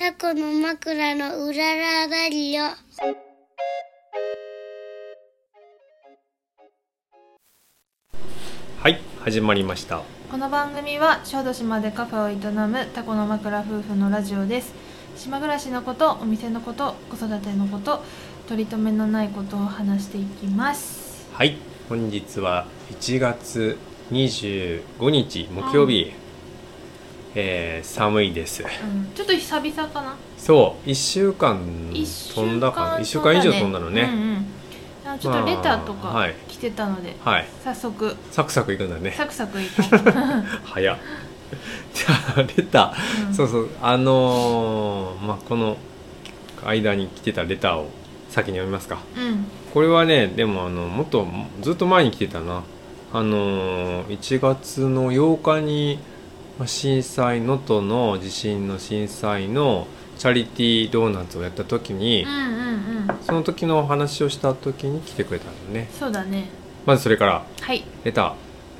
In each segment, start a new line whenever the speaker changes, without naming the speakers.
タコの枕のうららだりよ。
はい始まりました
この番組は小豆島でカフェを営むタコの枕夫婦のラジオです島暮らしのことお店のこと子育てのこと取り留めのないことを話していきます
はい本日は1月25日木曜日、えー寒いです
うんちょっと久々かな
そう1週間
一週
飛んだかな
間
1週間以上飛んだの
うん
ね、
うんあちょっとレターと
まあは
か
い
来てたので、
はい
早速
サクサクいくんだね
サクサクいこう、
早っ じゃあレタ
う
ー
ん
そうそうあのーまあこの間に来てたレターを先に読みますか
うん
これはねでもあのもっとずっと前に来てたなあのー1月の8日にまあ震災能登の地震の震災のチャリティードーナツをやった時に
うんうんうん
その時のお話をした時に来てくれたんだよね
そうだね
まずそれから
はい
レタ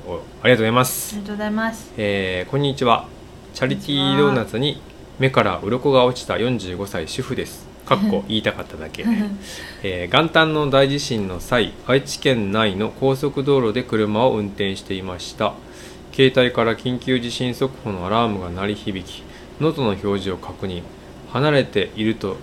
ーをありがとうございま
あり
す
がとうございます
えーこんにちはチャリティードーナツに目から鱗が落ちた45歳主婦ですかっこ言いたかっただけえー元旦の大地震の際愛知県内の高速道路で車を運転していました携帯から緊急地震速報のアラームが鳴り響き能登の表示を確認離れていると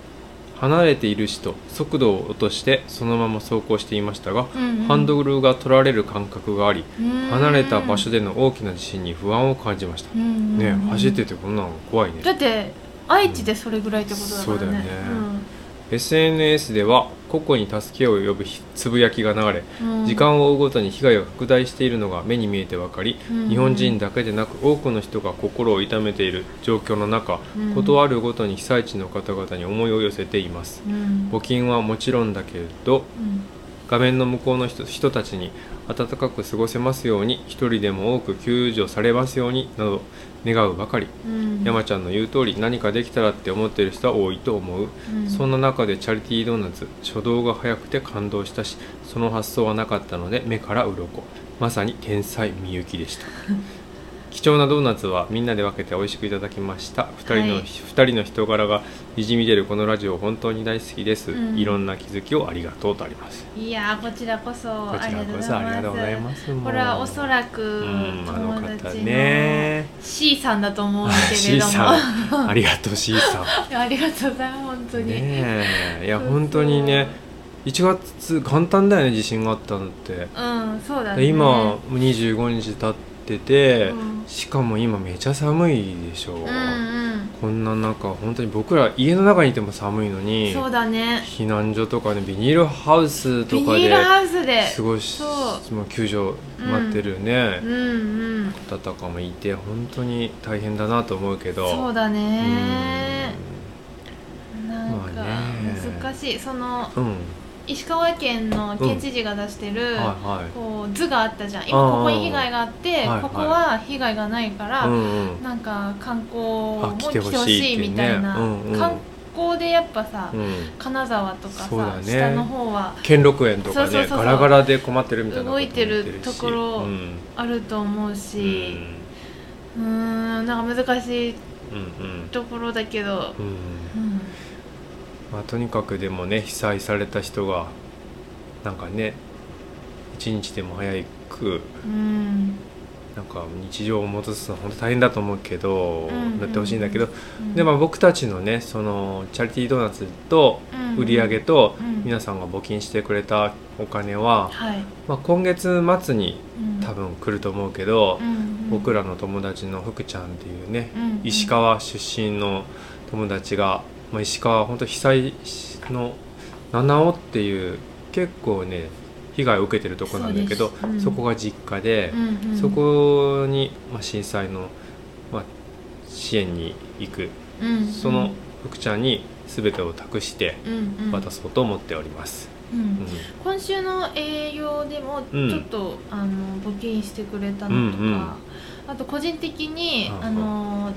離れているしと速度を落としてそのまま走行していましたが、
うんうん
ハンドルが取られる感覚があり離
離
れた場所での大きな地震に不安を感じました、ねえ走っててこんなの怖いね
だって愛知でそれぐらいってことだか
そ
らね、
うだよね SNS では個々に助けを呼ぶひつぶやきが流れ
うんうん
時間を追うごとに被害が拡大しているのが目に見えて分かり、
うん
日本人だけでなく多くの人が心を痛めている状況の中、
うん
ことあるごとに被災地の方々に思いを寄せています
うん
募金はもちろんだけれど
うん
画面の向こうの人人たちに温かく過ごせますように一人でも多く救助されますようになど願うばかり、
うん
山ちゃんの言う通り何かできたらって思っている人は多いと思う
うん
そんな中でチャリティードーナツ初動が早くて感動したしその発想はなかったので目から鱗まさに天才みゆきで した貴重なドーナツはみんなで分けて美味しくいただきました2人の、
はい
二人の人柄がにじみ出るこのラジオ本当に大好きです、
うん
いろんな気づきをありがとうとあります
いやーこちらこそ
こちらこそありがとうございますもう
これはおそらく
うんあ
友
の
達
方
の
ね
C さんだと思うんけれ
C
ども
さんありがとう C さん
ありがとうございます本当に、
ねえいや
そうそう
本当にね1月元旦だよね地震があったのって
うんそうだね
で今もう25日経ってて、
うん
しかも今めちゃ寒いでしょ、
うんうん
こんな中本当に僕ら家の中にいても寒いのに
そうだね
避難所とかねビニールハウス
ビ
と
ニ
か
ー
で
ルハウスで
過ごし
そ
もう救助待ってるね
うん、うん
方とかもいて本当に大変だなと思うけど
そうだねなんか
まあね
難しいその
うん、うん
石川県の県知事が出してる、
はいはい
こう図があったじゃん今ここに被害があっ
あーはい
て
はい
ここは被害がないから、
うんうん
なんか観光
あ
も
来
来
て
て
ほ
ほ
しい
しい
ってね
みたいな、
うんうん
観光でやっぱさ、
うん
金沢とかさ、
そうだね
下の方は
兼六園とかね
そうそうそうそ
ガ
う
ラガラで困ってるみたいなことも
動いてるところ
うん
あると思う
うん
しうーんなんか難しい
うん
ところだけど、
うんうん
うん
まあ、とにかくでもね被災された人がなんかね一日でも早く
うん
なんか日常を戻すのは本当大変だと思うけど、
うんうん
なってほしいんだけど、
うん
でまあ僕たちのねそのチャリティードーナツと
うん
売り上げと
うん
皆さんが募金してくれたお金は、
はい、
まあ、今月末に
うん
多、分来ると思うけど、
うんうん
僕らの友達の福ちゃんっていうね、
うんうん
石川出身の友達が、まあ、石川は本当被災の七尾っていう結構ね被害を受けてるとこなんだけど
そう
そ,、
ですうん
こが実家で
う、んうん
そこに、まあ、震災の、まあ、支援に行く
うんうん
その福ちゃんに全てを託して
うんうん
渡そうと思っております。
う
うんん
今週の営業でも
うん
ちょっと、あの募金してくれたのとか、
うんうん
あと個人的に、
うんうん
あの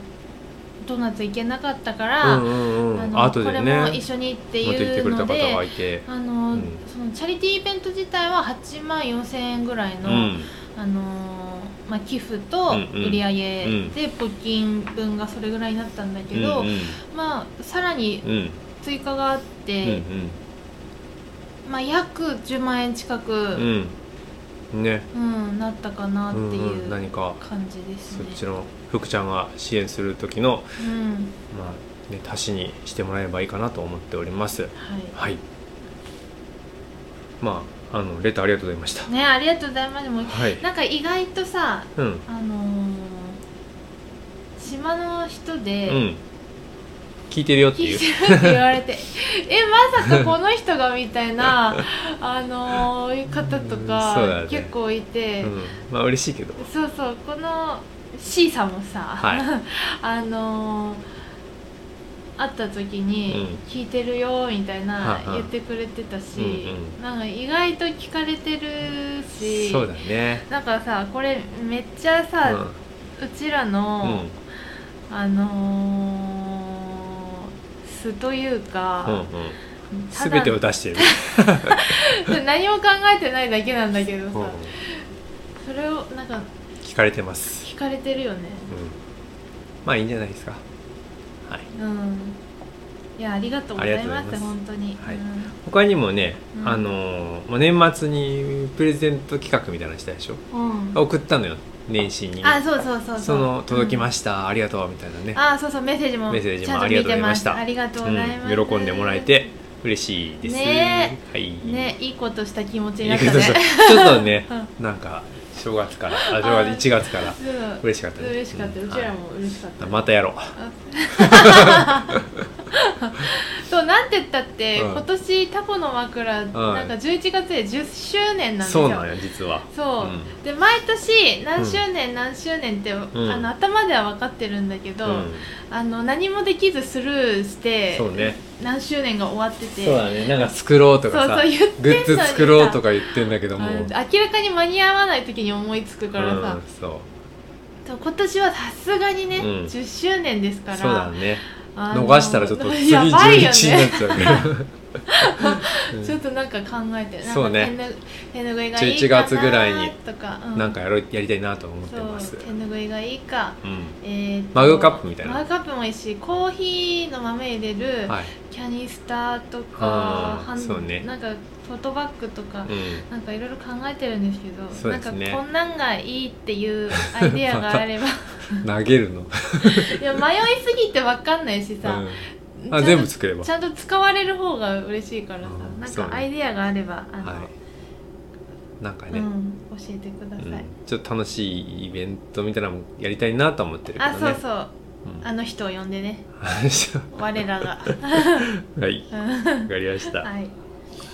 ドーナツ行けなかったから、
うんうんうん
あの
あ後
こ
で
れ
ね
も一緒にって
持ってき
い
てく
う
れた方
の
がい
で。
て。
あの
うん
そのチャリティーイベント自体は8万4000円ぐらいの、
うん
あのまあ、寄付と
うんうん
売り上げで募金分がそれぐらいになったんだけど、
うん
まあ、さらに
うんうん
追加があっ
う
て、
ん
まあ、約10万円近
う
く、
んうんね
うんなったかな
う
って
ん
いう
うん何か
感じです
そ
ね
っ。ちの福ちゃんが支援する時の
うん
まあね足しにしてもらえればいいかなと思っております
は
はいまああのレターありがとうございました
い、ねありがとうございます。もう
はい
なんか意外とさ
うん
あのー島の人
う
で、
ん聞いてるよって
聞
い
いうてるって言われて えまさかこの人がみたい なあのー方と
そうだ
か
ね
結構いて、
うんまあ嬉しいけど
そうそうこの C さんもさ、
はい
あのー会った時に
う
「聞いてるよ」みたいな
はいはい
言ってくれてたし、
うん
なんか意外と聞かれてるし
そうだね
なんかさこれめっちゃ
う
さ、
ん
うちらの、
うん
あのー素という
うんう
か、
ん
ただ
全てを出してる
何も考えてないだけなんだけど
う
さ、
んうん
それをなんか
聞かれてます
聞かれてるよね
うんまあいいんじゃないですかはい
うんいやありがとうござい
あ
ま
り
す
がとうございます
本当に、
はい
うん
他にもね、
うん
あのーまあ年末にプレゼント企画みたいなのしたでしょ
うん
送ったのよ年始に
あそうそうそうそう
その届きま
し
した、ありがとうみたいなね
た、あそうそうメッセージも
メッセージも
ちゃん
ありがとうござい
見て
ました
ありがとうございます、
うん、喜んでもらえて嬉しいです
ね
はい
ねいいことした気持ちに
い
ない
こ
った
と
ね
したちょっとね
う
なんか正月からあ正月1月から
うん
嬉しかったね
嬉しかった、う
うん
ちらも嬉しかった、
またやろう
そうなんて言ったって、
うん
今年タコの枕、なんか11月で10周年なんですよ
そうなんよ実は
そう、
うん
で毎年何周年何周年って、あの頭では分かってるんだけど、
うん
あの何もできずスルーして
そうね
何周年が終わってて
そうだねなんか作ろうとかさ
そうそう言ってん
グ
のに
ッズ作ろうとか言ってんだけども
あ
う
の
ん
明らかに間に合わない時に思いつくからさ、
そ
そう今年はさすがにね、
うん
10周年ですか
う
ら
そうだね
あの
逃したらちょっと次
やばい
11
よ
日になっ
ね
ちゃうからうん
ちょっとなんか考えてなん
そう
か
ね
手ぬ手ぬぐいがいいかな
11月ぐら いに
とか、 う
なんかやろうやりたいなと思ってます
そう手ぬぐいがいいか、
う
えーと
マグカップみたいな
マグカップもいいしコーヒーの豆入れ
ん
る
はい
キャニスターとか
あー
ハン
そうね
なんかトートバッグとか、
う
なんかいろいろ考えてるんですけど
そうですね
なんかこんなんがいいっていうアイデアがあれば
ん投げるの
いや迷いすぎてわかんないしさ、
うん
ちゃん
あ
と
全部作れば
ちゃんと使われる方が嬉しいからさ、
うん
なん
そうね
かアイデアがあればあの、
はいなんかね
う、ん、教えてください、
うんちょっと楽しいイベントみたいなのもやりたいなと思ってるけどね
あそうそう
うん
あの人を呼んでね
は
我ら が
いわかりましたはい、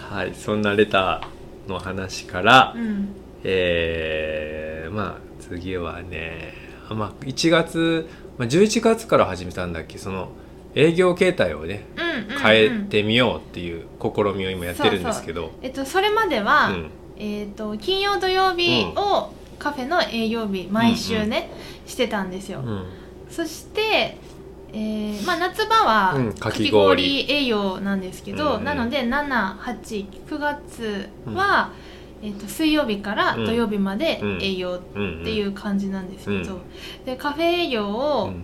はい、
そんなレターの話から、
うん、
えーまあ次はねあまあ1月、まあ、11月から始めたんだっけその営業形態をね
うんうんうん
変えてみようっていう試みを今やってるんですけど
えっと、それまでは、
うん
えっと金曜土曜日をカフェの営業日毎週ね、してたんですよ、
うん
そして、えーまあ、夏場は、
うんか
かき
き
氷
氷
栄養なんですけど、
うん
なので789月は、えー、と水曜日から土曜日まで
うん
栄養っ
うんうん
ていう感じなんですけど、
うん
でカフェ営業
う
を
ん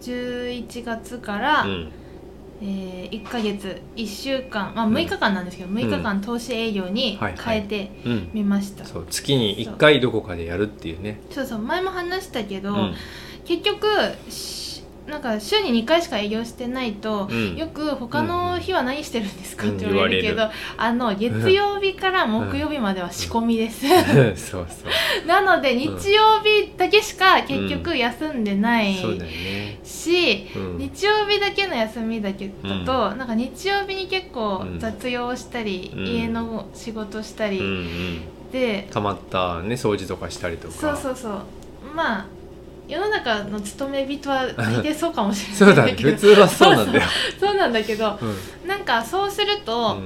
11月から、
うん
え1ヶ月1週間、まあ、6日間なんですけど、6日間投資営業に
はいは
変え
い
て
うん
みました、
そう月に1回どこかでやるっていうね
そうそう前も話したけ
う
ど、
ん
結局しなんか週に2回しか営業してないと、
うん
よく他の日は何してるんですか
うん
って言われるけど、
言
あ の月曜日から木曜日までは仕込みです、
そうそう
なので日曜日だけしか結局休んでない
そうだよね
し、
うん
日曜日だけの休みだけだと、なんか日曜日に結構
うん
雑用したり、
うん
家の仕事した
うんう
り
ん
で、
溜まったね掃除とかしたりとか
そうそうそうまあ世の中の勤め人は大体そうかも し
そ
れ
うだ
ない
ね
んだけど
普通はそうなんだよ
そうなんだけど
うん
なんかそうすると、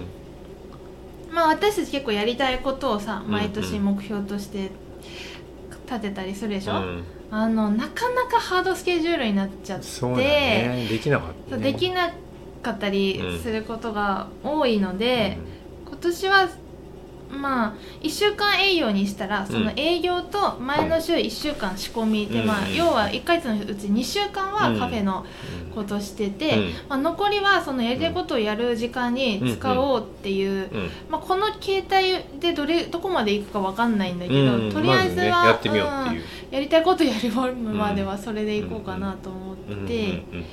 まあ私たち結構やりたいことをさ毎年目標として立てたりするでしょ、
うん
あのなかなかハードスケジュールになっちゃって
そうだねできなかった
そう
ね
できなかったりすることが多いので、今年はまあ1週間営業にしたらその営業と前の週1週間仕込みで、
うん
まあ、要は1ヶ月のうち2週間はカフェのことしてて、まあ、残りはそのやりたいことをやる時間に使おうっていう、
うんうん
まあ、この携帯でどれどこまで行くかわかんないんだけど、
うん
とりあえずは、
まね、やってみようっていうう、
んやりたいことやり終わるまではそれで行こうかなと思って、
う
う
んん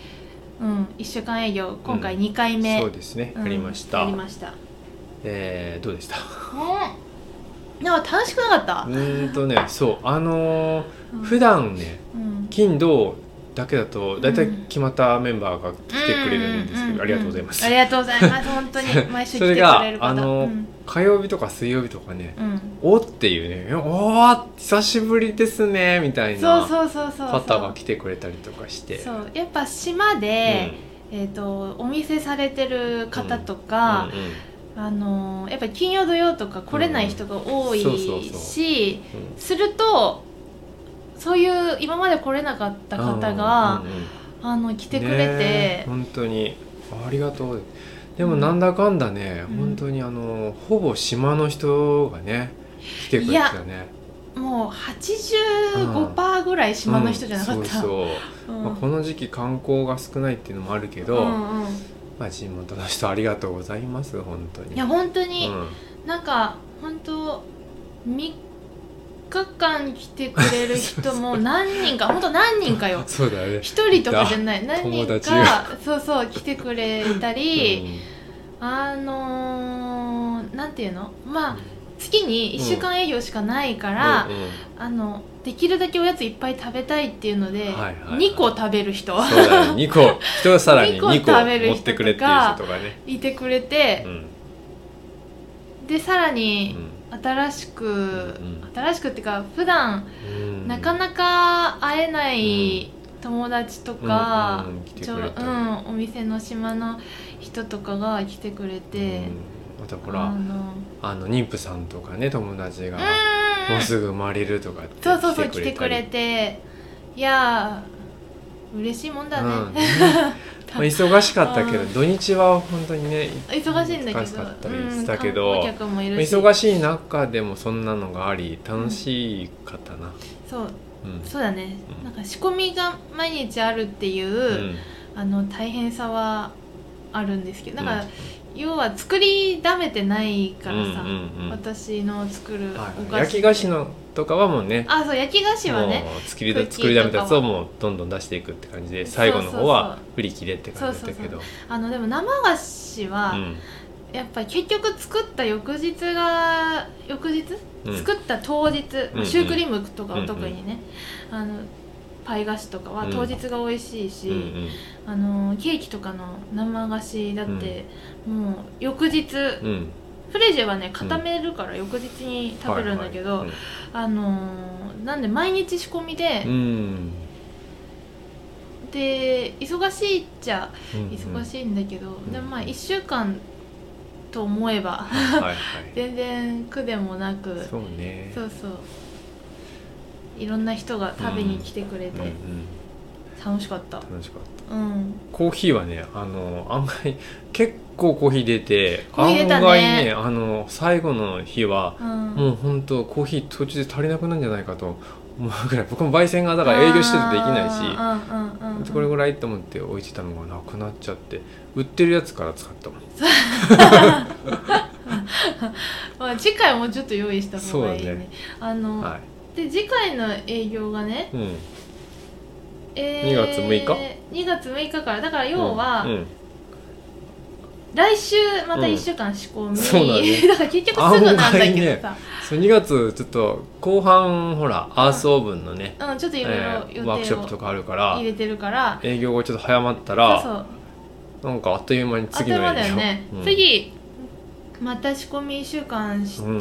うん
1週間営業今回2
う
回
ん
目、
そうですね、
うん
ありました
やりました
えー、どうでした
うんなんか楽しくなかった、
うーんとねそうあのー
うん
普段ね
うん
金土だけだと大体
うん
決まったメンバーが来てくれるんですけど、ありがとうございます、
ありがとうございます本 当に毎週来てくれる方
それがあの
うん
火曜日とか水曜日とかね
うん
おっていうねおー久しぶりですねみたい
そう
な
そうそうそう
方が来てくれたりとかして
そうやっぱ島で、えー、とお店されてる方とか、
うんうんうん
あのーやっぱり金曜土曜とか来れない人が多いし、
うんそうそうそう
するとそういう今まで来れなかった方が、
うんうんうん
あの来てくれて、
ねえ本当にありがとうでもなんだかんだね、
うん
本当にあのほぼ島の人がね来てくれてたね
もう85%ぐらい島の人じゃなかっ
うん
た。
そうそう、
うん
まあ、この時期観光が少ないっていうのもあるけど、
うんうん
まあ、地元の人ありがとうございます本当に
いや本当に、
うん
なんか本当3日間来てくれる人も何人 か本当何人かよ
そうだね
一人とかじゃない何
友
人
達
かそうそう来てくれたり、
うん
あのー、なんていうのまあ
うん
月に1週間営業しかないから、
うんうん
あのできるだけおやついっぱい食べたいっていうので、
はいはいはい
2個食べる人
そうだね2個一皿に
二
2
個
個
食べる
持
人とか
ってくれっていう人とかね、
いてくれて
う、ん
でさら
う
に
ん
新しく、
んうん
新しくっていうか普段
うん
なかなか会えない友達とか、
うんうん来て
ちょ
くれたり
うんお店の島の人とかが来てくれて、
うん、またほ
あ
ら
の
あの妊婦さんとかね友達が
うん
もうすぐ生まれるとかって
そうそうそう来てく
たり
れていやー嬉しいもんだね、
うんねまあ忙しかったけ
う
ど
ん
土日は本当にね
忙しいんだけど
忙しかったりしたけ
うん
ど、
観光客もいるし
忙しい中でもそんなのがあり楽しかったな
そう
うん
そうだね、
うん
なんか仕込みが毎日あるっていうう、
ん
あの大変さはあるんですけどだから、
うん
要は作りだめてないからさ、
うんうんうん
私の作るお
はい
菓子
焼き菓子のとかはもうね
あそう焼き菓子はね
もう作りだ
クッキー
作りだめたやつをもうどんどん出していくって感じで最後の方は売り切れって感じだったけど
あのでも生菓子は、やっぱり結局作った翌日が翌日、
うんうん
作った当日、
うんうん
シュークリームとかは特にね、あのパイ菓子とかは
うん
当日が美味しいし、
うんうん
あのケーキとかの生菓子だって、もう翌日、
うん
フレジェはね固めるから翌日に食べるんだけど、
はいはい
あのーなんで毎日仕込みで、
うん
で忙しいっちゃ
うん
忙しいんだけど、
ん
でもまあ1週間と思えば
はいはい
全然苦でもなく
そうね
そうそういろんな人が食べに来てくれて
うんうん
楽しかった
楽しかった
うん
コーヒーはねあの案外結構コーヒー出て
コーヒー出た
案
ね
外ねあの最後の日は
うん、
もう本当コーヒー途中で足りなくなるんじゃないかと思うぐらい僕も焙煎がだから営業しててできないし
うんうんうんうん
これぐらいと思って置いてたのがなくなっちゃって売ってるやつから使ったもん
まあ、次回もちょっと用意した方がいいね
そうだね
あの、
は
で次回の営業がね、
い、うん、
え
2月6日
2月6日からだから要は、
うん
来週また1週間仕込み、
うんそうだね
だから結局すぐなんだけどさ、
そう2月ちょっと後半ほらアースオーブンのね、
うん、ちょっといろいろ予
えーワークシ
定
ョップと
を
かあるから
入れてるから、
営業がちょっと早まったら
そうそう
なんかあっという間に
あっと
次
い
の営
う
業
間だよね、
うん
次また仕込み1週間して、
うんうん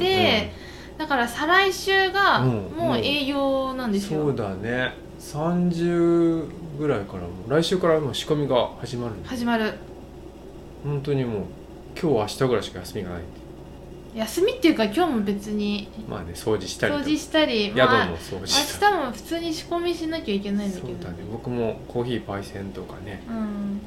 だから再来週が
うん
もう営業なんですよ、
そうだね30ぐらいからもう来週からもう仕込みが始まるんだ
始まる
本当にもう今日明日ぐらいしか休みがない
休みっていうか今日も別に
まあね掃除したりと
掃
か
除したり
宿も
まあ
掃除したり、
明日も普通に仕込みしなきゃいけないんだ
そ
け
う
ど
だね僕もコーヒー焙煎とかね
うん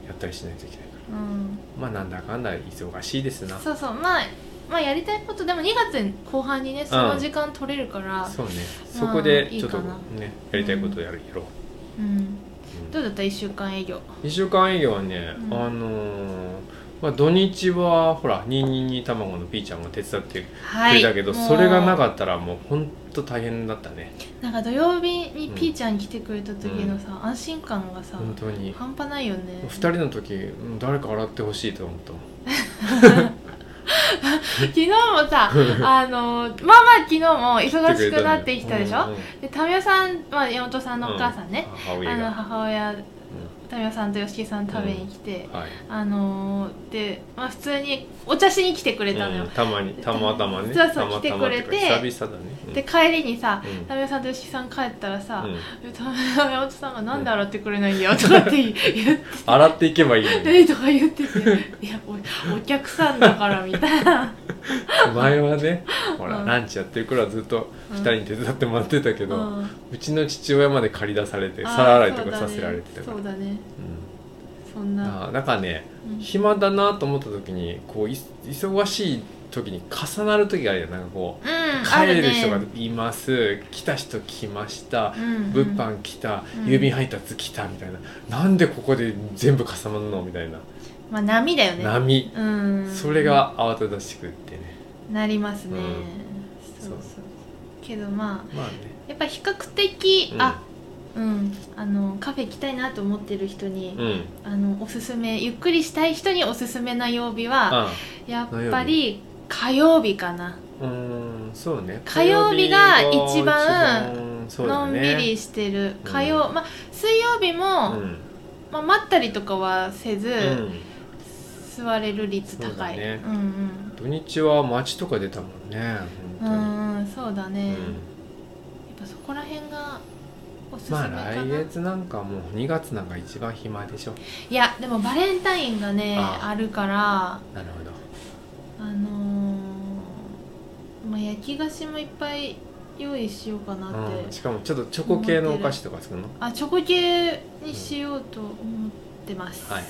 やったりしないといけないか
うん
らまあなんだかんだ忙しいですな
そうそうまあまあやりたいことでも2月後半にねその時間取れるから、
そうねそこで
いい
ちょっと
かな
ねやりたいことやるやろう、
うん、
うん
どうだった1週間営業
2週間営業はね、
うん
あのーまあ、土日はほら222卵のピーちゃんが手伝ってく
は
れたけど、それがな
っ
かったらもうほんと大変だったね
たなんか土曜日にピーちゃん来てくれた時のさ、安心感がさ、
本当に
半端ないよね
2人の時うん誰か洗ってほしいと思ったもん
昨日もさあのまあまあ昨日も忙しくなってきたでしょ、
うんうん
で民生さん、まあ、山本さんのお母さんね、
母
あ
親
の
が、
母親民生さんと吉木さん食べに来て、
うんはい
あのーで、まあ、普通にお茶しに来てくれたのよ、
うんたまにたまたまね
そうそう
たま
来て
たま
くれて
っていうか久々だねうん
で帰りにさ
うん
民生さんと吉木さん帰ったらさ、
うん
で民生山本さんが「なんで洗ってくれないんだよ」とかって言言って
洗っていけばいいのに
えとか言ってて 「いやおお客さんだから」みたいな
前はねほら、
うん
ランチやってる頃はずっと
うん
2人に手伝ってもらってたけ
う
ど、うんちの父親まで借り出されて
あー
皿洗いとかさせられてたから
そうだね
う
そうだねそん
ん
な、
ななんかね
うん
暇だなと思った時にこうい忙しい時に重なる時があるよなんかこう
うんあ
帰る人
ね
がいます、来た人来ました、
うんうん
物販来た、
うん
郵便配達来たみたいななんでここで全部重なるのみたいな
まあ波だよね
波、
うん
それが慌ただしくってね
なりますね、
うん
そうそう
そ
けどまあ
まあね、
やっぱ比較的、
うん、
あうんあのカフェ行きたいなと思ってる人に、
うん
あのおすすめゆっくりしたい人におすすめな曜日
あ
はやっぱり火曜日かな
うーんそうね
火曜日が
火曜日
一番
番そうだ
のんび
ね
りしてる火曜、まあ水曜日
うん
も、まあ、まったりとかはせず、
うん
座れる率
そう
高
だ
いう,、
ね
んうん
土日は街とか出たもんね
う
本
んうんそうだ
当
ね、
に、
や
う
っ
ん
ぱそこら辺がおすすめ
ま
か
あ
な、
来月なんかもう2月なんか一番暇でしょ
いやでもバレンタインがね
あ
あ
あ
るから
なるほど
あのーまあ、焼き菓子もいっぱい用意しようかなって、
うん、しかもちょっとチョコ系のお菓子とか作るの
あチョコ系にしようと思ってます、
はいはい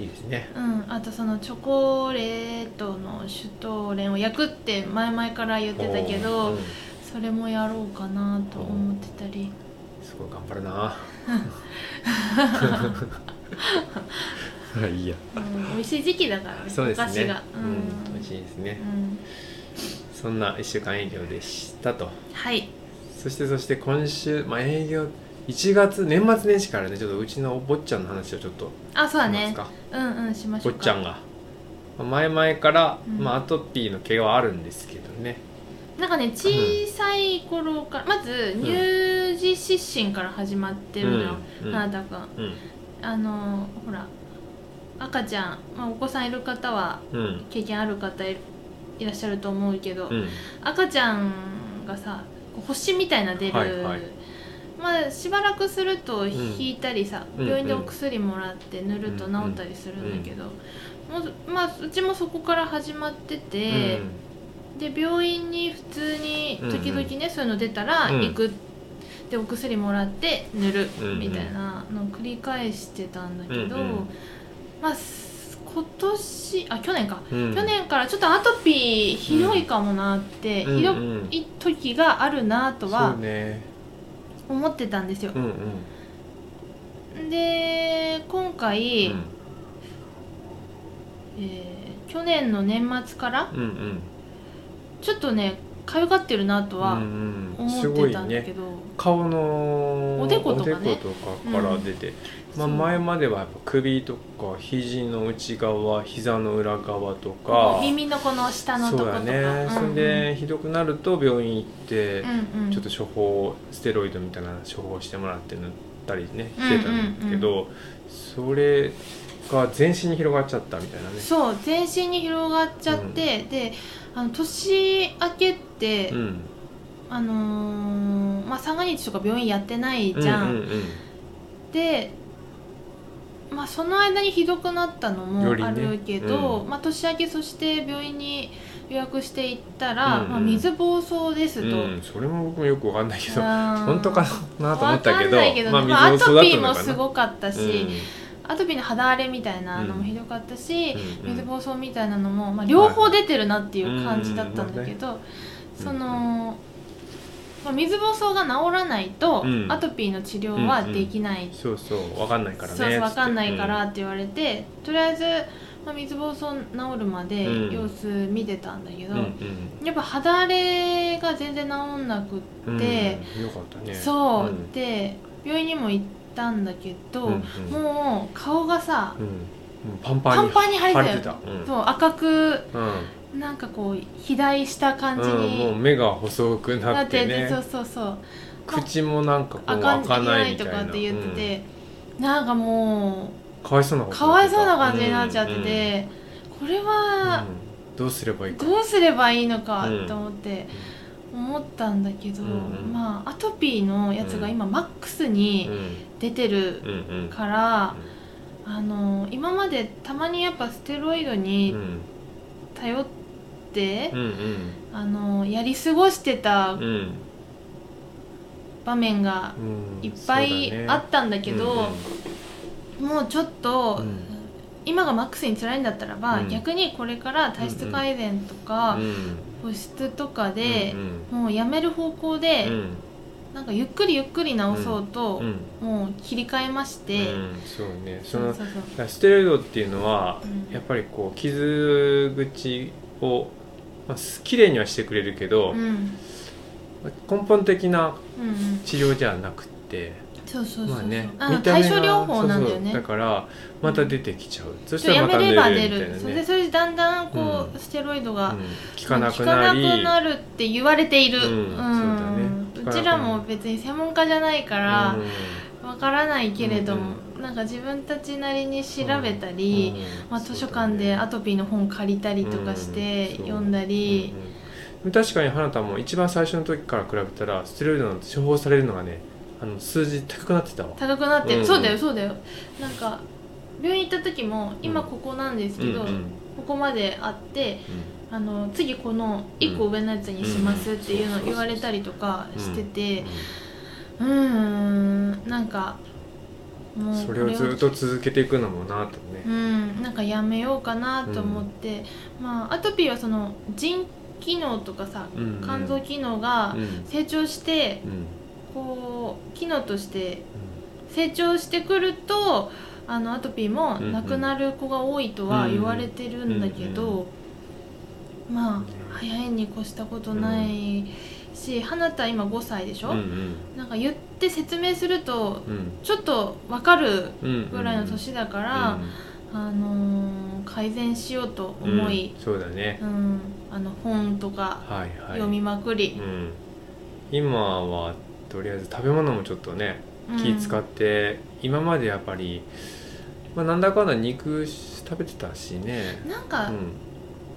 いいですね
うん、あとそのチョコレートのシュトーレンを焼くって前々から言ってたけど、
おーうん
それもやろうかなと思ってたり
すごい頑張るな あいいや
うん美味しい時期だからね
そう
お
です
菓子
ね
が、う
うんん美味しいですね
うん
そんな1週間営業でしたと
はい
そしてそして今週、まあ、営業1月年末年始からねちょっとうちのお坊ちゃんの話をちょっと
あそうだ
しま
ね
すか
うんうんしましょ
坊
うか
ちゃんがまあ前々から、
うん
まあ、アトピーの毛はあるんですけどね
なんかね小さい頃から、まず乳児失神から始まってるのよ、
うんうん
花田君
うん
あのーほら赤ちゃん、まあ、お子さんいる方は
うん
経験ある方いいらっしゃると思うけど、
うん
赤ちゃんがさこう星みたいな出る、
はいはい
まあしばらくすると引いたりさ、
うん
病院でお薬もらって塗ると治ったりするんだけど、もうまあうちもそこから始まってて。で病院に普通に時々ね、そういうの出たら
うん
行く、でお薬もらって塗る
うんうん
みたいなのを繰り返してたんだけ
う
ど、
んうん
まあす今年あ去年か、
うんうん
去年からちょっとアトピーひどいかもなって、
うん
ひど
うん
い時があるなと
そ
は
うね
思ってたんですよ
う、んうん
で今回、
うん
えー去年の年末から
うんうん
ちょっとねかゆがってるなと
う
は
んうんす
思っ
ご
て
い
たんだ
ね
けど、
顔の
おでことかね
おでことかから出て、まあ、
そう
前まではやっぱ首とか肘の内側膝の裏側と
こ
か
う耳のこの下のとこ
そう
ろ
だ
とか
ね、それでひどくなると病院行って
う、んうん、
ちょっと処方ステロイドみたいな処方してもらって塗ったりねしてたんだけど、それが全身に広がっちゃったみたいなね
そう全身に広がっちゃって、であの年明けって、
うん
あのーまあ三が日とか病院やってない
うん
じゃん、
うん
でまあその間にひどくなったのも
よりね
あるけど、
う
まあ年明けそして病院に予約して行ったら、
うんうん
まあ、水暴走です
うん
と、
うんそれも僕もよくわかんないけど
本
本当かなと思ったけ
わかん
ど
ないけどね、まあ、ア
水
ト
を
ピ
育
ー
てた
も
のか
す
な
ごかったし、
うん
アトピーの肌荒れみたいなのもひどかったし、
うんうん
水疱瘡みたいなのも、まあ、両方出てるなっていう感じだったんだけど、その、まあ、水疱瘡が治らないと、
うん
アトピーの治療はできない、
そうそうわかんないからね
そうそう分かんないか
っ
らって言われて、とりあえず、まあ、水疱瘡治るまで
うん
様子見てたんだけ
つっ
ど、
てうん
やっぱ肌荒れが全然治んなくって。
うんうんうんよかったね
そう、
ん
で病院にも行ったんだけど、
うんうん
もう顔がさ
う、んもうパン
パ
パン
ン
に
パンに腫れ
腫
て
れ
たよ
てたうん
そう赤く
うん
なんかこう肥大した感じ
うんもう
に
目が細くな
な
っ
って
て
て、
ね
そうそうそう
口もなんかこう
あ
開
かん
かないみ
と
たい
か
な
って言ってて、なんかも
うんかわいそうな
う
こと
かわいそうな感じになっちゃってて、これ
うんうん
は
うんどうすればいいか
どうすればいいのかと思って思ったんだけど、
うんうん
まあアトピーのやつが今マックスに
う
出てる
んうんうん
から、あの今までたまにやっぱステロイド
う
に
ん
頼って
う、ん
あのやり過ごしてた
うんうん
場面が
うん
いっぱいあったんだけど、もうちょっと、
うん
今がマックスに辛いんだったらば、
うん
逆にこれから体質改善
そ
とか、
うだね
保湿とか
うん
で
う、ん
もうやめる方向で、
うん
なんかゆっくりゆっくり治そうと
う、ん
もう切り替えまして、
うんそうねそ
そう
の
そうそう
ステロイドっていうのは
うん
やっぱりこう傷口をまあす綺麗にはしてくれるけど
うん
根本的な
うんうん
治療じゃなくって
そうそうそう
まあ
そう、
ね
あの
見た目
対
が
症療法なんだよ
そう
ね
そうだからまた出てきちゃうそし
そう
た
や
らまた
めれ
出
ば
る
出
みたい
る
な
それで
ね
それでだんだんこう、
うん
ステロイド
う
が、
ん効かな
効
く
かな
な
く
り
なるって言われている、
うんそうだね
うちらも別に専門家じゃないからわからないけれども、なんか自分たちなりに調べたり、まあ、図書館でア
と
トピーの本借りたりとかして
うんそう
読んだり、
確かに花田も一番最初の時から比べたらステロイドの処方されるのがねあの数字高くなってたわ
高くなってる、
うん
そうだよそうだよなんか病院行った時も今ここなんですけど、
うんうん
ここまであってあの次この1個上のやつにしますっていうのを言われたりとかしててうーんなんか
う
も
ん
う
それをずっと続けていくのもなと
う
ね
んなんかやめようかなと思って、まあアトピーはその腎機能とかさ
うんうん
肝臓機能が
うん
成長して
うん
こう機能として成長してくるとあのアトピーもなくなる子が多いとは言われてるんだけ
うんうん
ど、まあ早いに越したことないし、花田今5歳でしょ、
うんうん
なんか言って説明すると
うん
ちょっと分かる
うん
ぐらいの年だから、あのー改善しようと思い
うん、そうだね
うんあの本とか
はいはい
読みまくり、
うん、今はとりあえず食べ物もちょっとね
うん
気使って、今までやっぱり、まあ、なんだかんだ肉食べてたしね
なんか、
うん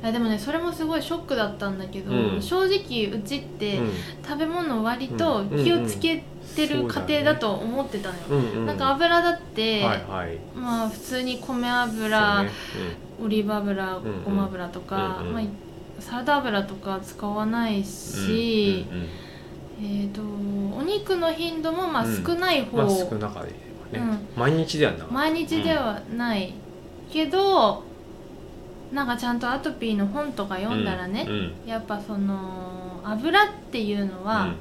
いやでもねそれもすごいショックだったんだけど、
うん
正直うちって、
うん
食べ物割と
うん
気をつけてる家庭だと思ってたのよ、
うんうん、
なんか油だって、
はいはい
まあ普通に米油、
そうね
オリーブ油
んうん
ごま油とか、
うんうん
まあ、サラダ油とか使わない
うん
し、
うんうんうん
えー、とお肉の頻度もまあ
うん
少ない
ま
方、
あ少なかでね、
う
毎日ではなかった
毎日ではないけどなんかちゃんとアトピーの本とか読んだらね
う、んうん
やっぱその油っていうのは、
うん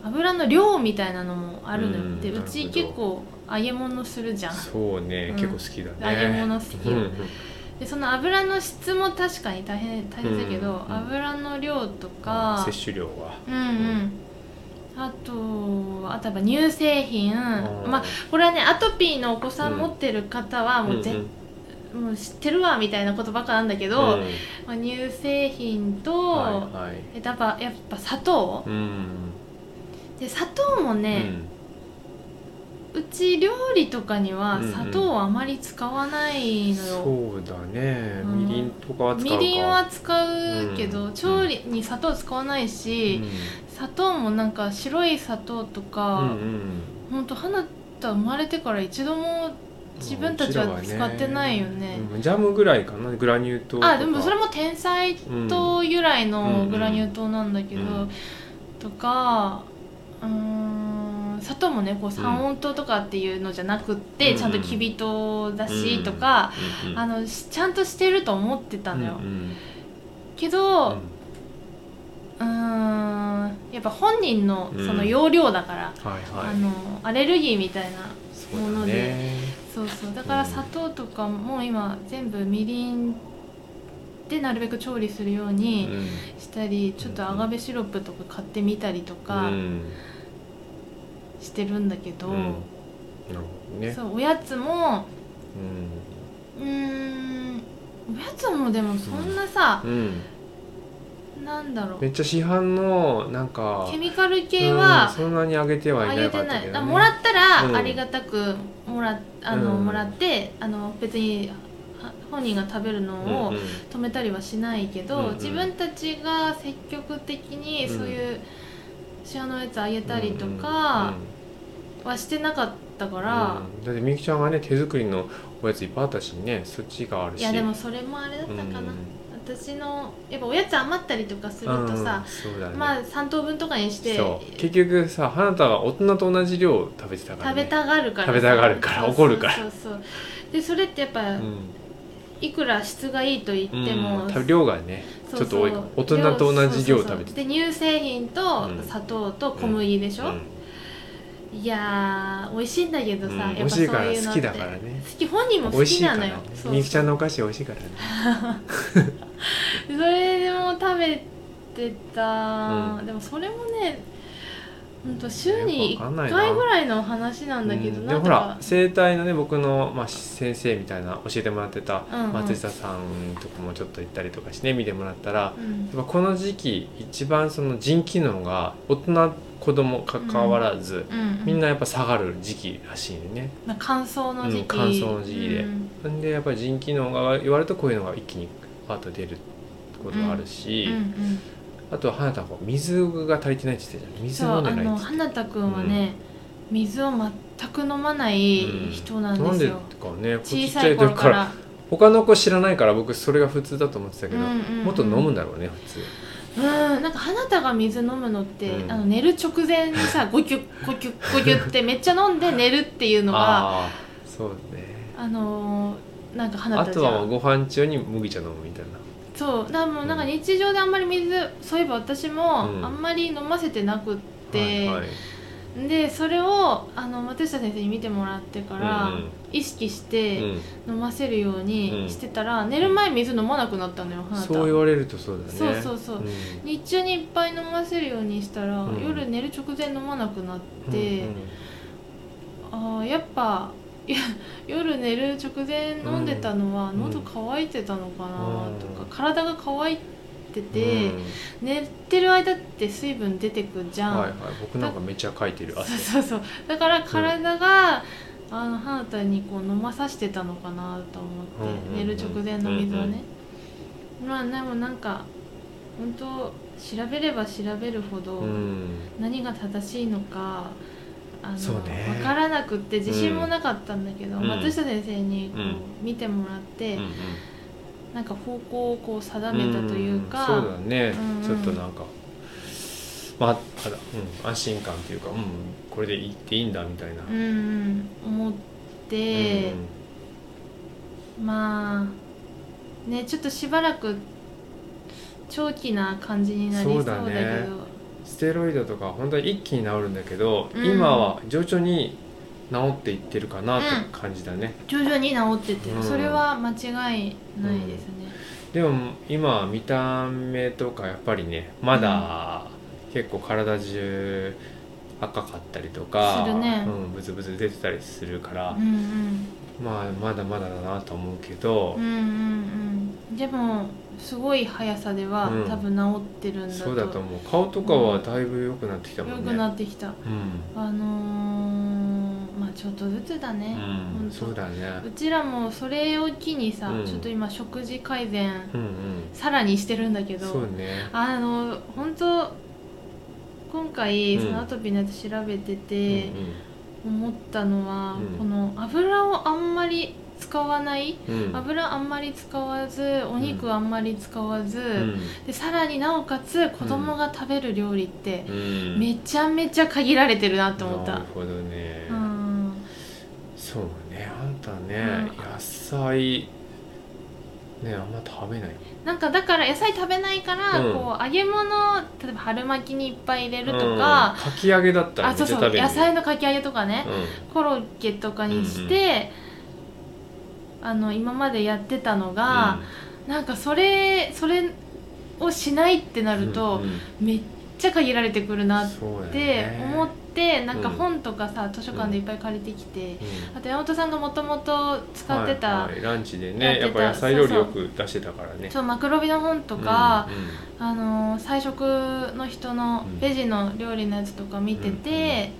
油の量みたいなのもあるのよ、
うん
で
な
う
るほど
ち結構揚げ物するじゃん
そうね、
うん
結構好きだね
揚げ物好き
うんうん
でその油の質も確かに大変大変だけど、
うんうん
油の量とか
摂取量は
うんうんあとはあとは乳製品まあこれはねアトピーのお子さん持ってる方は
あ
もう,、ぜもう知ってるわみたいなことばっかなんだけど、
うん
まあ、乳製品と、
はいはい
えっとやっぱやっぱ砂糖
うん
で砂糖もね、うち料理とかには
うんうん
砂糖をあまり使わないのよ、
そうだね、
うん
みりんとかは使うか
みりんは使うけど、
うん
調理に砂糖使わないし、砂糖もなんか白い砂糖と
うん
か
うん、うん
ほんと花田生まれてから一度も自分たちは使ってないよね
うちらはうんジャムぐらいかなグラニュー糖とか
あでもそれも天才糖由来のグラニュー糖なんだけど、
うんうん
とかうーん里もねこう三温糖とかっていうのじゃなくって、
うん
ちゃんときび糖だ
うん
しとか、
うんうん
あのしちゃんとしてると思ってたのよ、
うんうん
け
う
ど
ん
うーんやっぱ本人のその容量だから、
はい
あ
はい
のアレルギーみたいな
そうだね
そうそうだから砂糖とかも今全部みりんでなるべく調理するよう
う
に
ん
したり、ちょっとアガベシロップとか買ってみたりとか
うん
してるんだけど、
うんなるほどね
そうおやつもうーんおやつもでもそんなさ
う、んうん
なんだろ
め
う
っちゃ市販のなんか
ケミカル系は
うんそんなに上げてはい
あ
な
げ
か
て
った
ない、
け
あ
どね
もらった
うん
らありがたくもら,、あの
うん
もらってあの別にあ本人が食べるの
う
を
んうん
止めたりはしないけど、
うんうん
自分たちが積極的にそういうシワのやつあげたりと
うん
か
うん
はしてなかったか
うん
ら、
だってみゆきちゃんがね手作りのおやついっぱいあったしねそっちがあるし
いやでもそれもあれだったかな、私のやっぱおやつ余ったりとかするとさ、
うんそうだね
まあ3等分とかにして
そう
食
結局さ花田は大人と同じ量を食べてたから、ね、
べたがるからさ
食べたがるから
そう
怒るから
そうそうそうでそれってやっぱ、
うん
いくら質がいいと言っても、
うん、食べ量がね
そうそう
ちょっと多いかも大人と同じ量を食べて
で乳製品と
うん
砂糖と小麦でしょ、いやー美味しいんだけどさ、
うん
やっ
美
ぱ
味
そう
し
い
いから
うの
好
って
きだからね
好き本人も
美
好
味し
き
いか
な
ら
の
ね
よそう
みゆきちゃんのお菓子美味しいからね
それも食べてた、
う
でもそれもねほんと週に1回ぐらいの話なんだけ
う
ど、
ん
な
でも
ん
ほ
と
ら
か
生態のね僕の、まあ、先生みたいな教えてもらってた
うんうん
松下さんとかもちょっと行ったりとかして見てもらったら
うん
やっぱこの時期一番その腎機能が大人子供関わらず、
うん
みんなやっぱ下がる時期らしいね。
な乾燥の時期、
うん乾燥の時期で
うん
なんでやっぱり腎機能が弱るとこういうのが一気にパッと出ることがあるし、
うんうん
あとは花田は水が足りてないって言ってたじゃん水
そう
飲
あ
んでない
の
って言って
花田くんはね、水を全く飲まない
うん
人なんですよ、
なんでかね
小さい頃
ちっちゃ
か
時
ら
他の子知らないから僕それが普通だと思ってたけど、
うんうんうん
もっと飲むんだろうね普通
うんなんか花田が水飲むのって、
うん
あの寝る直前 にさゴキュッゴキュッゴキュッってめっちゃ飲んで寝るっていうのがあ
ああそうね
のーなんか花
あ
田じ
と
ゃ
は
ん
ご飯中に麦茶飲むみたいな
そうだからもうなんか日常であんまり水そういえば私も
うん
あんまり飲ませてなくって、
はいはい
でそれをあの松下先生に見てもらってから、
うん
意識し
うん
て
うん
飲ませるよう
うん
にしてたら、寝る前水飲まなくなったのよ花田
そう言われるとそうだね
そうそうそう日中にいっぱい飲ませるようにしたら、
うん
夜寝る直前飲まなくなって、
うんうん
あーやっぱいや夜寝る直前飲んでたのは
ん
喉乾いてたのかなとか、
うん
体が乾いてて、
うん
寝てる間って水分出てくじゃん、
はいはい僕なんかめっちゃ書いてる汗
そうそうそうだから体が、あの花田にこう飲まさしてたのかなと思って、
うんうんうん
寝る直前の水をね、まあでもなんか本当調べれば調べるほど、
うん
何が正しいのかあの
そうね
分からなくって自信もなかったんだけど、
うん
松下先生に
う
こ
ん
う見てもらって、なんか方向をこう定めたというか、
うんそうだね、
うんうん
ちょっとなんかまああら、うん、安心感というか、うん、これで行っていいんだみたいな、
うんうん思って、まあねちょっとしばらく長期な感じになりそうだけど
そうだねうんステロイドとか本当に一気に治るんだけど、
うん
今は徐々に治っていってるかなって感じだね、
徐々に治ってて、
うん
それは間違いないですね、
でも今見た目とかやっぱりねまだ結構体中赤かったりとか、
するね
うん、ブツブツ出てたりするから、
うんうん
まあまだまだだなと思うけど、
うんうんうんでもすごい速さでは、
うん
多分治ってるんだと
そうだと思う顔とかはだいぶ良くなってきたもん
良
ね
くなってきた
うん、
あのー、まあちょっとずつだね、
う
ほ
ん、
と
そうだね
うちらもそれを機にさ、
うん
ちょっと今食事改善
うんうん
さらにしてるんだけど
そうね
あの本当今回
うん
そのアトピーのやつ調べて
うんう
て
ん
思ったのは、
うん
この油をあんまり使わない
うん
油あんまり使わずお肉あんまり使わず、
うん
でさらになおかつ子供が食べる料理って
うん
めちゃめちゃ限られてるなと思っ
な
た
る、ほどね、
うん、
そうねあんたね、
うん
野菜ねあんま食べない
なんかだから野菜食べないから、
うん
こう揚げ物例えば春巻きにいっぱい入れると
うん
か、
かき揚げだったらめ
あ
っち
そ
ゃ
うそう
食べる
野菜のかき揚げとかね、コロッケとかにして、あの今までやってたのが、なんかそれそれをしないってな
あ
ると、めっちゃ限られてくるなっ
そうや
て
ね
思って、なんか
うん
本とかさ図書館でいっぱい借りてきて、
うん
あと山本さんがもともと使ってた、
はいはいランチでね
や
や
っ
ってぱ
た
野菜料理よく出してたからね
ちょっとマクロビの本とか、あのー菜食の人の
うん
ベジの料理のやつとか見てて、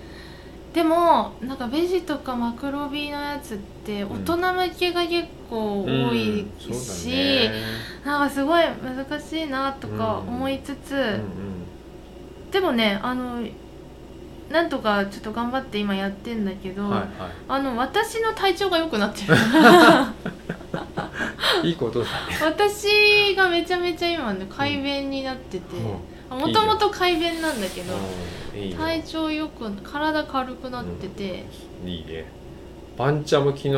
でもなんかベジとかマクロビのやつって大
うん
人向けが結
う
構多
んうん
い
うんそう
し、
だね
なんかすごい難しいなとか思いつつ、
うん
でもねあのなんとかちょっと頑張って今やってんだけど、
うんはいは
あの私の体調が良くなって る
いいいこと だね
私がめちゃめちゃ今ね快便になってて。もともと快便なんだけど
うんいいね
体調よく体軽くなってて、
いいね番茶も昨日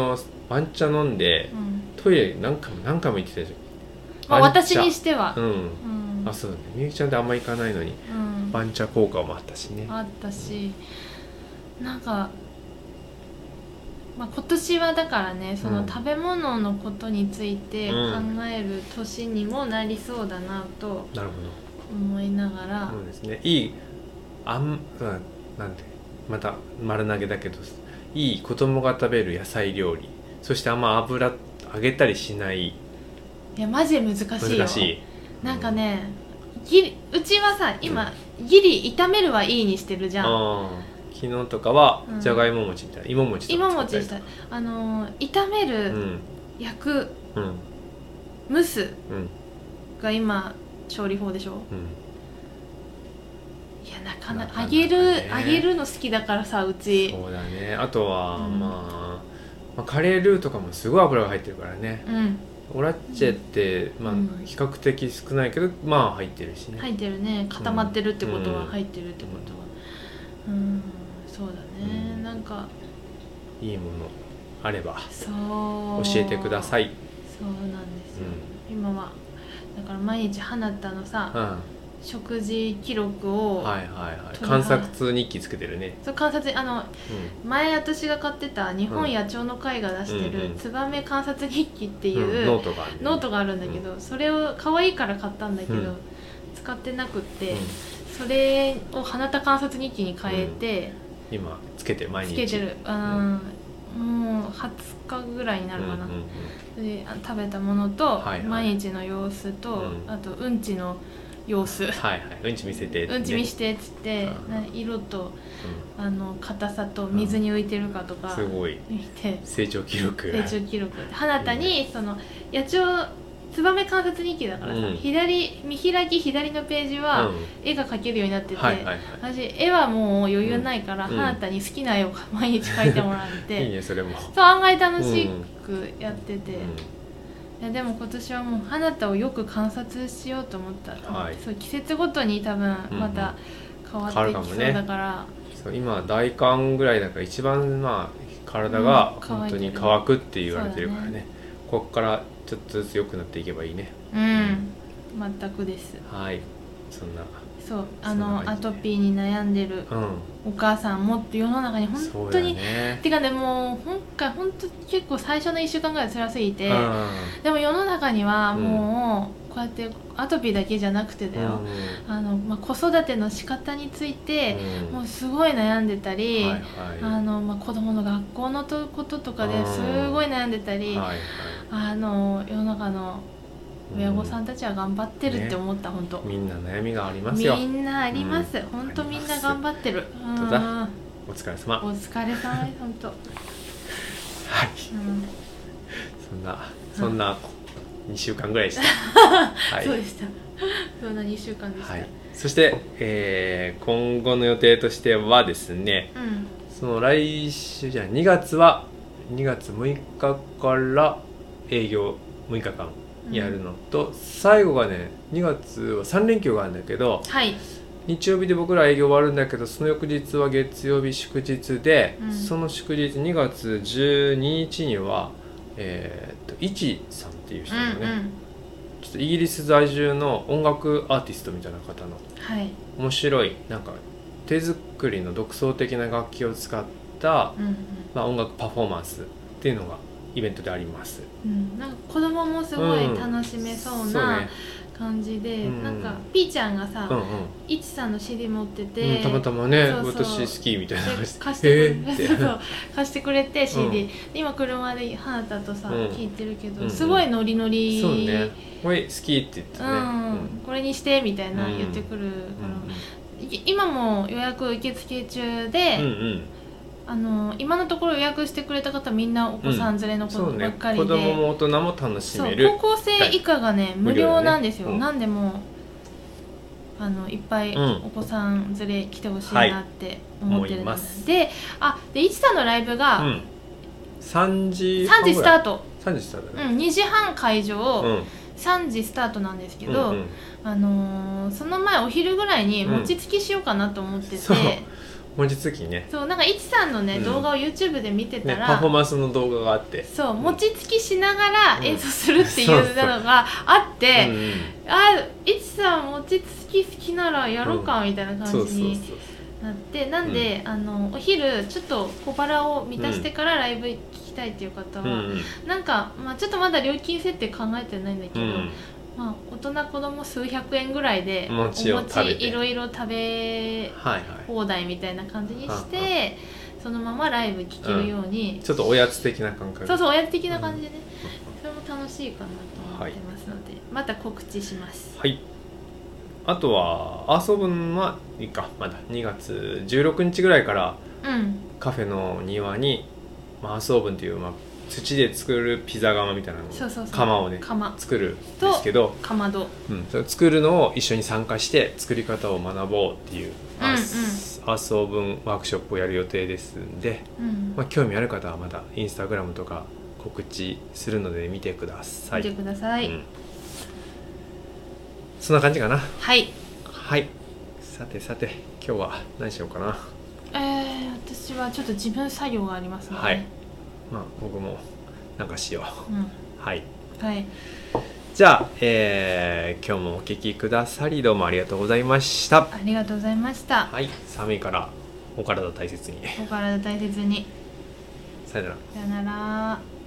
番茶飲んで
うん
トイレ何回も何回も行ってたでし
まあ、
番茶
私にしては
ょ、うん
うん
あそうだねみゆきちゃんってあんま行かないのに
うん
番茶効果もあったしね
あったしなんか、まあ、今年はだからねそうの
ん
食べ物のことについて考
うん
える年にもなりそうだなと
なるほ
思いながら、
どそうですねいいあんうんなんてまた丸投げだけどいい子供が食べる野菜料理そしてあんま油揚げたりしない
いやマジで難しいよ
難しい
なんかねギリうちはさ今、ギリ炒めるはいいにしてるじゃん
あー昨日とかは
うん
じゃがいも餅みたいな芋餅とか
今もち
使っ
したた
り
あのー炒め
とかう
る、
ん
焼く
うん
蒸す
うん
が今調理法でしょ
うん
いやなかな
なかなか
揚
ね
げる、揚げるの好きだからさうち
そうだねあとは、
うん
まあ、まあカレールーとかもすごい油が入ってるからね
うん
オラッチェって、まあ
うん
比較的少ないけどまあ入ってるしね、
入ってるね固まってるってことは、
うん
入ってるってことはうんそうだね、
うん
なんか
い、いものあれば
そう
教えてくださ
い
い、
そうなんですよ、今はだから毎日花田の
うん、
さ
は
食事記録
い
を、
はいはい
鳥
観察日記つけてるね、
そう観察あの前私が買ってた日本野鳥の会が出して
うんうん
る
うん
「ツバメ観察日記」って
うん
いう、
うんノートがある、ね、
ノートがあるんだけど、それを可愛いから買ったんだけど、
うん
使ってなくって、
うん
それを花田観察日記に変えて、
今つけて毎
つ
日
けてるうん、もう20日ぐらいになるかな、
うんうんうん
であ食べたものと、
はいはい
毎日の様子と、
うん
あとうんちの様子
はいはいうんち見せてってね、
うんち見してっつって、
うん
な色とあの硬さと水に浮いてるかと
うん
か
すごい
見て、
成長記録
成長記録花田にその野鳥ツバメ観察日記だからさ、
うん
左見開き左のページ
う
は
ん
絵が描けるようになってて、
はいはいはい
私絵はもう余裕ないから、
うん
花田に好きな絵を毎日描いてもらっ
いい
て
ねそれも、
そう案外楽しくやってて、
うん
いやでも今年はもう花田をよく観察しようと思った、
はい
そう季節ごとに多分また変わってきそうだから、
そう今大寒ぐらいだから一番まあ体が
うん
本当に
乾
乾くって言われてるから
そうだ
ね,、ここからちょっとずつ良くなっていけばいいね
うん、全くです
はいそんな
そうあ
そん
の
な感
ア
じね
トピーに悩んでる
う
お母さんもっと世の中に
んそ
本
う
当
だ
に、
ね
てかねもう今回本当結構最初の1週間ぐらい辛すぎて、
う
でも世の中にはもう、こうやってアトピーだけじゃなくてだ
ん
よ、あのまあ、子育ての仕方について、
うん
もうすごい悩んでたり、
はい
あ
は
のまあ、子供の学校のとこととか
う
で
ん
すごい悩んでた
い
り、
はいはい
あの世の中の親御さ
うん
たちは頑張ってるって思った、本当
んみんな悩みがありますよ
みんなあります、
うん
本当みん
ありま
な
す
頑張ってる
当だ
うん
お疲れ様
お
はい
疲れ様です本当、うん
そんなそんな2週間ぐらいでした は
そうでしたそんな2週間でした、
はい、そして、えー今後の予定としてはですね
うん
その来週じゃあ2月は2月6日から営業6日間やるのと、最後がね2月は3連休があるんだけど
はい
日曜日で僕ら営業終わるんだけどその翌日は月曜日祝日で、
うん
その祝日2月12日にはえーっとイチさんっていう人
う
のね、
んうん
ちょっとイギリス在住の音楽アーティストみたいな方の
はい
面白いなんか手作りの独創的な楽器を使った、
うん
まあ、音楽パフォーマンスっていうのがイベントであります。
うん、なんか子供もすごい楽しめそうな感じで、
うん
なんかピーちゃんがさ、
そうね、
いちさんの CD 持って
うんうん
て、
うん、たまたまね
そうそう
私好きみたいな
で
話
貸してくれ、
えー
そ
って
うそう貸してくれて CD、
うん
で今車で花田とさ、
うん
聞いてるけど、
うんうん
すごいノリノリ
そうねこれ好きって言って
う
ね、
んこれにしてみたいな
うん
言ってくるか
う
ら、
ん
い今も予約受付中で、
うんうん
あの今のところ予約してくれた方みんなお子さん連れの子
そう
ば
ね
っかりで、
子供も大人も楽し
そ
め
う
る
高校生以下がね無料なんですよ、
無料だねうん
なんでもうあのいっぱい
うん
お子さん連れ来てほしい
はい
なって思ってる
思い
の
ま
で、
す
であでいちさんのライブ
う
が
ん、3時
3時スタート、
3時スタート
う
だね
ん、2時半会場、
うん
3時スタートなんですけど、
うんうん
あのーその前お昼ぐらいに
うん
餅つきしようかなと思ってて、
そう餅つきね
そうなんかいちさんのね、
うん
動画を YouTube で見てた
ね
ら、
パフォーマンスの動画があって
そう餅つきしながら
うん
演奏するっていうのがあって、
うんうん
あいちさん餅つき好きならやろうかみたいな
そ
感
う
じ
そう
に
そう
なってなんで、あのお昼ちょっと小腹を満たしてからライブ聞きたいっていう方は、
うんうん
なんか、まあ、ちょっとまだ料金設定考えてないんだけ
う
ど、
ん
まあ、大人子供数百円ぐらいでお
餅を食べて
いろいろ食べ
はいはい
放題みたいな感じにし
うんう
てそのままライブ聴けるように、
ちょっとおやつ的な感覚
そうそうおやつ的な感じでね、それも楽しいかなと思ってますので、また告知します。
はいあとは遊ぶのはいいかまだ2月16日ぐらいから
うん
カフェの庭に、まあ、アソーブンっていう、まあ、土で作るピザ窯みたいなのを
そうそうそう
窯をね
釜
作るんですけど、
かまど
うん、それを作るのを一緒に参加して作り方を学ぼうっていう、
うんうん
アスアソーブンワークショップをやる予定ですんで、
うん
まあ、興味ある方はまだインスタグラムとか告知するので見てくださ
見
い
てください、
うん、そんな感じかな
はい
はいさてさて今日は何しようかな
えー、私はちょっと自分作業がありますので、
はいまあ僕もなんかしよ
うん
うはい
はい、
じゃあ、えー今日もお聞きくださりどうもありがとうございました
ありがとうございました、
はい寒いからお体大切に
お体大切に
さよなら
さよなら